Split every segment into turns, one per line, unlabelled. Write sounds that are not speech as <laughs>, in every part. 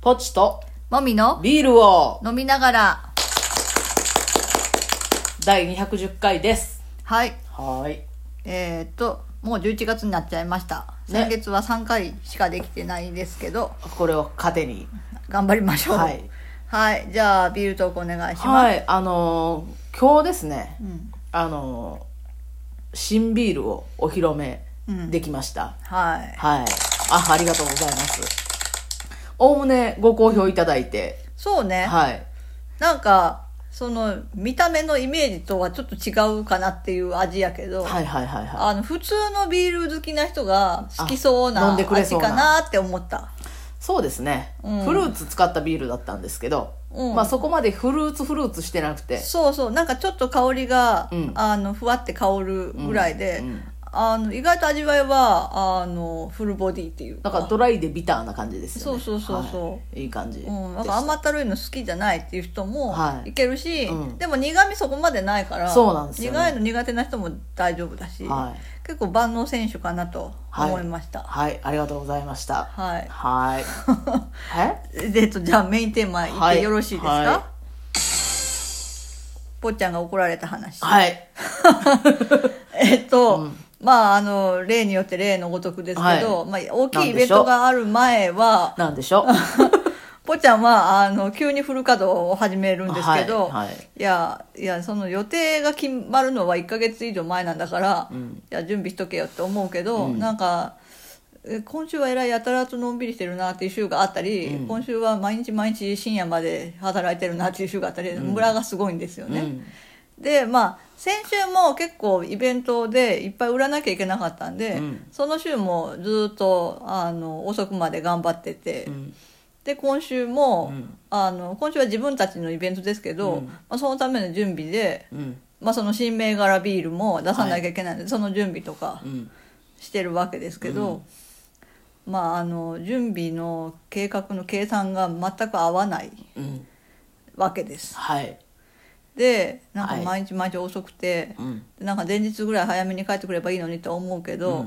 ポチと
もみの
ビールを
飲みながら。
第210回です。
はい。
はーい。
えーっと、もう11月になっちゃいました。
ね
先月は3回しかできてないですけど、
これを糧に。
頑張りましょう。
は
はいい。じゃあ、ビールトークお願いします。
はい、あのー今日ですね、
うん。
あのー新ビールをお披露目
うん
できました。
はい。
はい。あ、ありがとうございます。おおむねご好評いただいて、
そうね。
はい。
なんか、その、見た目のイメージとはちょっと違うかなっていう味やけど、
はいはいはいはい。
あの、普通のビール好きな人が好きそう
あ
な
飲んで
味
くれそうな
かなって思った。
そうですね、
うん
フルーツ使ったビールだったんですけど、
うん
まあそこまでフルーツフルーツしてなくて、
そうそうなんかちょっと香りが、
うん
あのふわって香るぐらいで、
うんうん
あの意外と味わいはあのフルボディっていう
な
か
んかドライでビターな感じですよね。
そうそうそうそう
はい、いい感じでした。
うん、なんか甘ったるいの好きじゃないっていう人も
はい
いけるし、
うん
でも苦味そこまでないから
そうなんですよね
苦いの苦手な人も大丈夫だし、
はい
結構万能選手かなと思いました
はい、ありがとうございました。
はい、 <laughs>
はい。え
でえっとじゃあメインテーマいってよろしいですか、
はいは
ぽっちゃんが怒られた話、
はい。
えっと、まああの例によって例のごとくですけど、まあ、大きいイベントがある前は
なんでしょう。
ぽちゃんはあの急にフル稼働を始めるんですけど、
はいはい
いやいやその予定が決まるのは1か月以上前なんだから、
ん
いや準備しとけよって思うけど、
うん
なんか。え今週はえらいやたらとのんびりしてるなっていう週があったり、
うん
今週は毎日毎日深夜まで働いてるなっていう週があったり、ムラがすごいんですよね。
うん
でまあ先週も結構イベントでいっぱい売らなきゃいけなかったんで、
うん
その週もずっとあの遅くまで頑張ってて、
うん
で今週も、
うん
あの今週は自分たちのイベントですけど、
うん
まあ、そのための準備で、
うん。
まあ、その新銘柄ビールも出さなきゃいけないので、その準備とか
うん。
してるわけですけど、まああの準備の計画の計算が全く合わない
うん。
わけです。
はい。
でなんか
はい
毎日毎日遅くて。
うん。
なんか前日ぐらい早めに帰ってくればいいのにとは思うけど、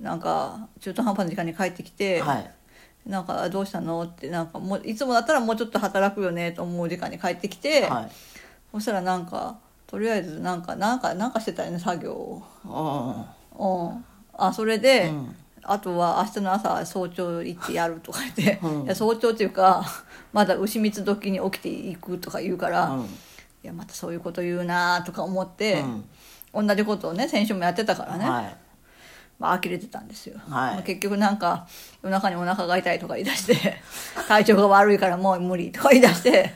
なんか中途半端な時間に帰ってきて、
はい。
なんかどうしたのってなんかもういつもだったらもうちょっと働くよねと思う時間に帰ってきて、
はい。
そしたらなんかとりあえずなんかなんかなんかしてたよね作業を。
う
うん、あそれで、
うん
あとは明日の朝早朝行ってやるとか言って、
うん
いや早朝っていうかまだ牛蜜時に起きていくとか言うから、
ん。
いやまたそういうこと言うなとか思って、同じことをね先週もやってたから
うん。
ね、
はい。
まあ、呆れてたんですよ、
はい
まあ結局なんか夜中にお腹が痛いとか言い出して <laughs> 体調が悪いからもう無理とか言い出して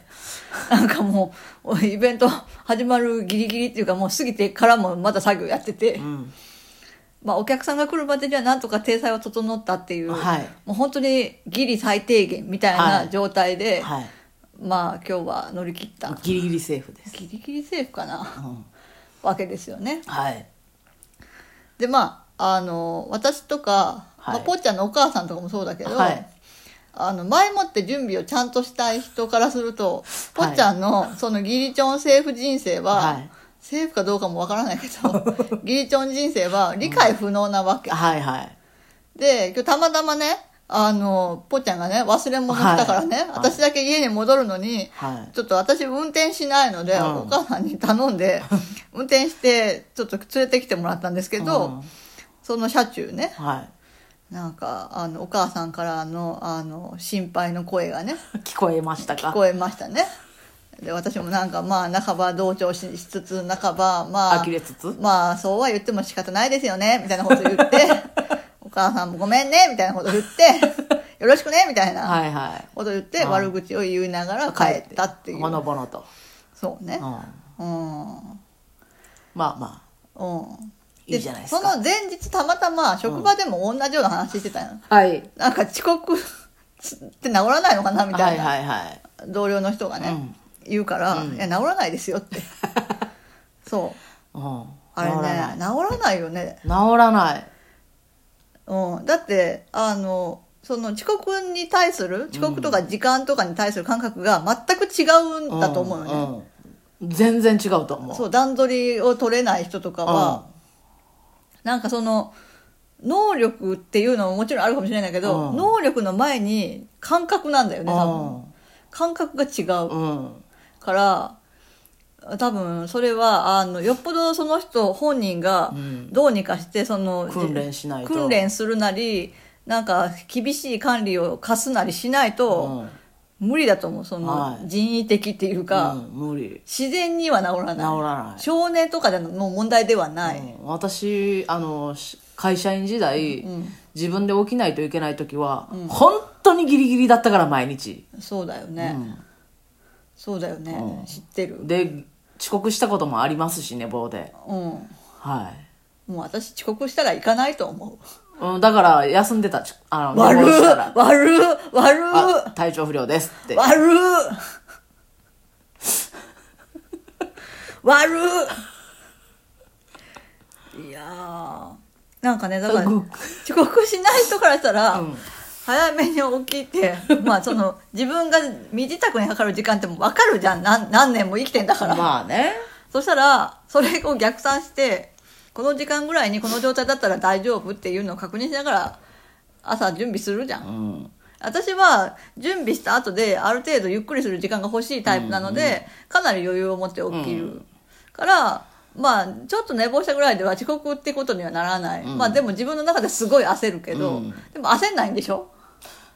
なんかもうイベント始まるギリギリっていうかもう過ぎてからもまだ作業やってて、
うん。
まあ、お客さんが来るまでにはなんとか体裁は整ったっていう、
はい
もう本当にギリ最低限みたい
はい
な状態で、
はい。
まあ今日は乗り切った
ギリギリセーフです。
ギリギリセーフかな
うん。
わけですよね。
はい。
でまああの私とか、
はい
まあ、ぽっちゃんのお母さんとかもそうだけど、
はい
あの前もって準備をちゃんとしたい人からすると、
はい
ぽっちゃんのそのギリチョンセーフ人生は、
はい
セーフかどうかもわからない
<laughs>
けどギリチョン人生は理解不能なわけ、
はいはい。
で今日たまたまねあのぽっちゃんがね忘れ物したからね、
はいはい
私だけ家に戻るのに、
はい。
ちょっと私運転しないので、
うん
お母さんに頼ん
<laughs>
で運転してちょっと連れてきてもらったんですけど、
うん
その車中ね
は
なんかあのお母さんからのあの心配の声がね
い。聞こえましたか
聞こえましたねで私もなんかまあ半ば同調ししつつ半ばまあ
呆れつつ
まあそうは言っても仕方ないですよねみたいなこと
<laughs>
言ってお母さんもごめんねみたいなこと言ってよろしくねみたいな
はいは
こと言っ
は
て
い
悪口を言いながら
い。
帰ったってい
ほの
う
ぼのと。
そう
う
ね
ん。ま
う
あ
ん
ま
うん
いいじゃないですか
その前日たまたま職場でも同じような話してたよ、
あ。はい。
なんか遅刻 <laughs> って治らないのかなみた
はいい
な、
はいはい。
同僚の人がね、
うん
言うから、
うん
いや治らないですよって
<laughs>
そう
うん。
あれね
治
治
ら
ら
ない。
ないよね、
治らない。
うん、だってあのその遅刻に対する遅刻とか時間とかに対する感覚が全く違うんだと思うよね、
うんうん全然違うと思う
そう段取りを取れない人とかは、なんかその能力っていうのももちろんあるかもしれないけど、
うん
能力の前に感覚なんだよね多分感覚が違う
うん
から多分それはあのよっぽどその人本人が
うん
どうにかしてその、
訓練しないと
訓練するなりなんか厳しい管理を課すなりしないと
うん
無理だと思うその
はい
人為的っていうか、
うん無理
自然には治らない
治らない
少年とかでの問題ではない、
うん私あのし会社員時代、自分で起きないといけない時は、本当にギリギリだったから毎日、
そうだよね、そうだよね、
う
知ってる
で遅刻したこともありますし寝坊で
うんも
は
う私遅刻したら行かないと思
い、うん、だから休んでたちあ
う
の寝
悪
坊
っ
したら
悪っ悪っ
あ体調不良ですって
悪っ悪っいやーなんかねだから
ぐ
遅刻しない人からしたら、
うん
早めに起きてまあその自分が身支度にかかる時間ってもう分かるじゃん何何年も生きてんだから、
まあね
そしたらそれを逆算してこの時間ぐらいにこの状態だったら大丈夫っていうのを確認しながら朝準備するじゃん
うん
私は準備した後である程度ゆっくりする時間が欲しいタイプなので、かなり余裕を持って起きる、からまあちょっと寝坊したぐらいでは遅刻ってことにはならない、まあでも自分の中ですごい焦るけど、
うん
でも焦んないんでしょ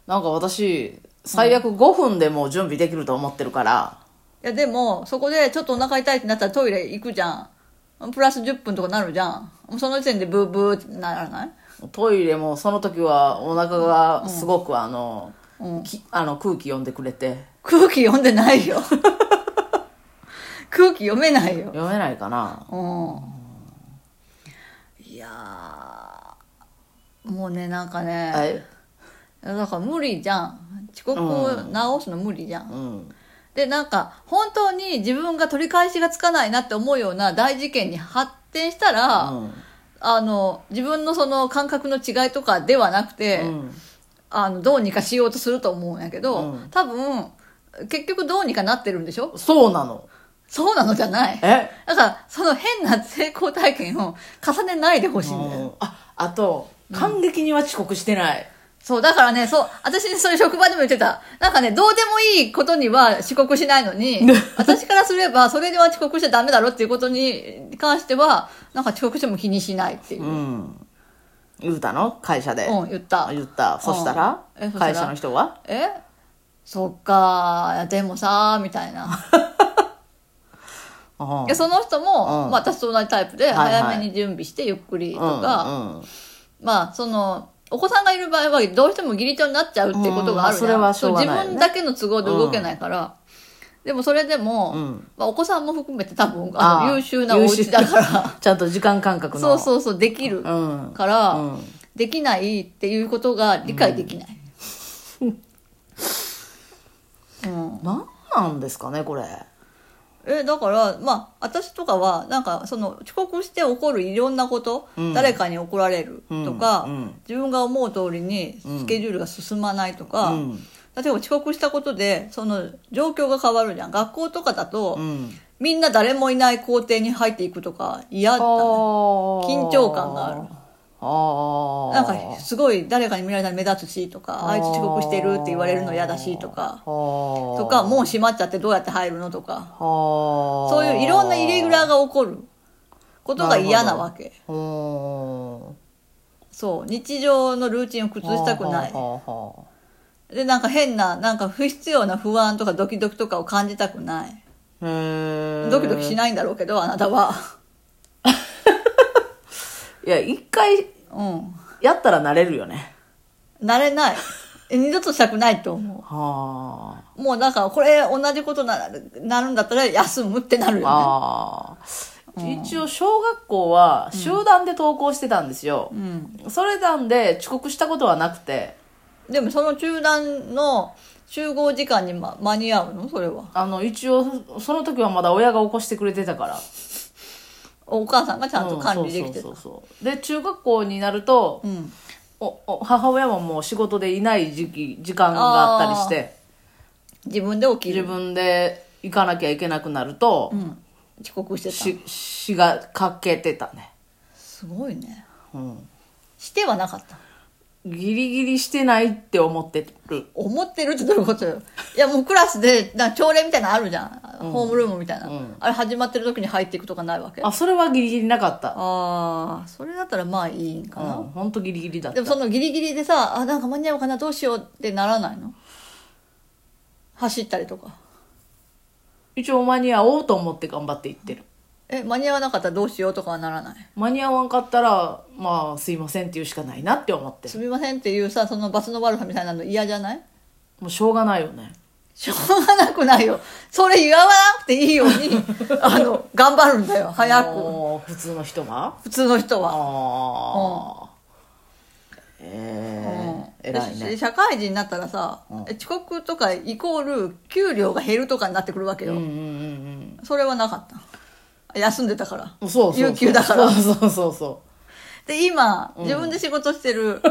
なんか私最悪5分でもう準備できると思ってるから、
いやでもそこでちょっとお腹痛いってなったらトイレ行くじゃんプラス10分とかなるじゃんもうその時点でブーブーってならない
トイレもその時はお腹がすごくあの、
うん
きあの空気読んでくれて
空気読んでないよ <laughs> 空気読めないよ
読めないかな
うんいやーもうねなんかね
え
だから無理じゃん遅刻を直すの無理じゃん、
うん
でなんか本当に自分が取り返しがつかないなって思うような大事件に発展したら、
うん
あの自分のその感覚の違いとかではなくて、
うん
あのどうにかしようとすると思うんやけど、
うん
多分結局どうにかなってるんでしょ
そうなの
そうなのじゃない
え
だからその変な成功体験を重ねないでほしいんだよ
ああと感激には遅刻してない、
そう、だからね、そう、私ね、それ職場でも言ってた。なんかね、どうでもいいことには遅刻しないのに、
<laughs>
私からすれば、それでは遅刻しちゃダメだろっていうことに関しては、なんか遅刻しても気にしないっていう。
う
うんん、
言うたの会社で、
言った。
言ったそしたら、
うんえそしたら
会社の人は
えそっかでもさみたいな。
うん
でその人も、
うん
まあ私と同じタイプで、
はいはい
早めに準備してゆっくりとか、
うんうん
まあそのお子さんがいる場合はどうしても義理調になっちゃうってことがあるじゃん
うんそれはしょうがないよね
そう自分だけの都合で動けないから、でもそれでも、
うん
まあ、お子さんも含めて多分
あ
あの
あ
優秀なお家だか
優
ら
秀 <laughs> ちゃんと時間感覚
そ
の
うそうそうできる
うん
から、
うん
できないっていうことが理解できない、うん
何なんですかねこれ
えだからまあ私とかはなんかその遅刻して起こるいろんなこと、
うん
誰かに怒られるとか、
うんうん
自分が思う通りにスケジュールが進まないとか、
うん
例えば遅刻したことでその状況が変わるじゃん学校とかだと、
うん
みんな誰もいない校庭に入っていくとか嫌だったね緊
緊
張感がある
ああ
なんかすごい誰かに見られたら目立つしとかあいつ遅刻してるって言われるの嫌だしとかと
と
かもう閉まっちゃってどうやって入るのとか
そ
そういういろんなイレギュラーが起こることが嫌なわけ
崩
そう日常のルーチンを崩したくないでなんか変ななんか不必要な不安とかドキドキとかを感じたくないドキドキし
な
ないんだろうけどあなたは
いや一回
うん
やったら慣れるよね
慣れ
<laughs>
ないえ二度としたくないと思
は
うもうだからこれ同じことななるんだったら休むってなる
あ
よね
あー一応小学校は集団で登校してたんですよ、
うん
それなんで遅刻したことはなくて
でもその中断の集合時間に、ま、間に合うのそれは
あの一応その時はまだ親が起こしてくれてたから
お母さんがちゃんと管理できて
うん
る
そうそうそうそうで中学校になると、
うん
おお母親ももう仕事でいない時期時間があったりして
自分で起き
自
る、
分で行かなきゃいけなくなると、
うん、遅刻してた
ししがかけてたね
すごいね
うん
してはなかった
ギリギリしてないって思ってる。
思ってるってどういうことよいやもうクラスでなんか朝礼みたいなのあるじゃん、ホームルームみたいな、あれ始まってる時に入っていくとかないわけあ
あ、それはギリギリなかった。
あーそれだったらまあいいんか
うん
な、、
ほんとギリギリだった。
でもそのギリギリでさあなんか間に合うかなどうしようってならないの走ったりとか
一応間に合おうと思って頑張っていってる。
え間に合わなかったらどうしようとかはならない
間に合わんかったら、まあ、すいませんって言うしかないなって思ってる。
すみませんっていうさそのバスの悪さみたいなの嫌じゃない
もうしょうがないよね。
しょうがなくないよそれ言わなくていいようにあの頑張るんだよ早く
もう普通の人が
普通の人は
ああ。ええ
で
偉いね。
社会人になったらさ、遅刻とかイコール給料が減るとかになってくるわけよ、
うんうんうん
それはなかった休んでたから
うん。そうそうそう。
有給だから
そうそうそうそ
で今自分で仕事してる、そ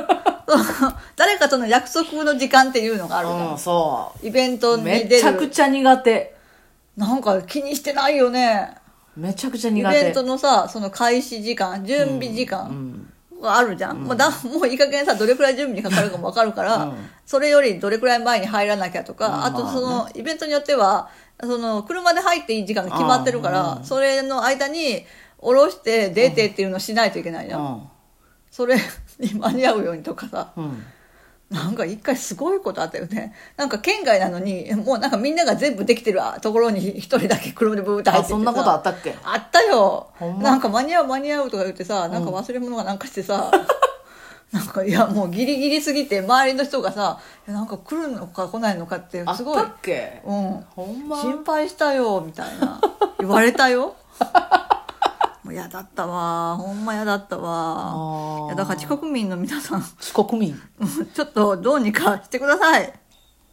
の <laughs> 誰かとの約束の時間っていうのがあ
う。
るじゃん
うん、そ
イベント
う。
に
め
出
ちゃく
る
ちゃ苦手。
なんか気にしてないよね
めちゃくちゃ
イ
苦
ベン
手
ト。のさその開始時間準備時間、があるじゃん、もうだ <laughs> もういい加減さどれくらい準備にかかるかも分かるから、それよりどれくらい前に入らなきゃとか、あとそのイベントによってはその車で入っていい時間が決まってるから、それの間に降ろして出てっていうのをしないといけないじゃん、それに間に合うようにとかさ
うん。うん。
なんか一回すごいことあったよねなんか県外なのにもうなんかみんなが全部できてるところに一人だけ車でブーって入
あ、
ってって
そ
さ
んなことあったっけ
あったよ、
ほんま
なんか間に合う間に合うとか言ってさなんか忘れ物がなんかしてさ、 <laughs> なんかいやもうギリギリすぎて周りの人がさいやなんか来るのか来ないのかって
あっ
すごい
た、っけ
うん、
ほんま
心配したよみたいな言われたよ <laughs> もう嫌だったわほんま嫌だった
あ
わ
ー
いやだから地国民の皆さん <laughs>
四国民。
うんちょっとどうにかしてください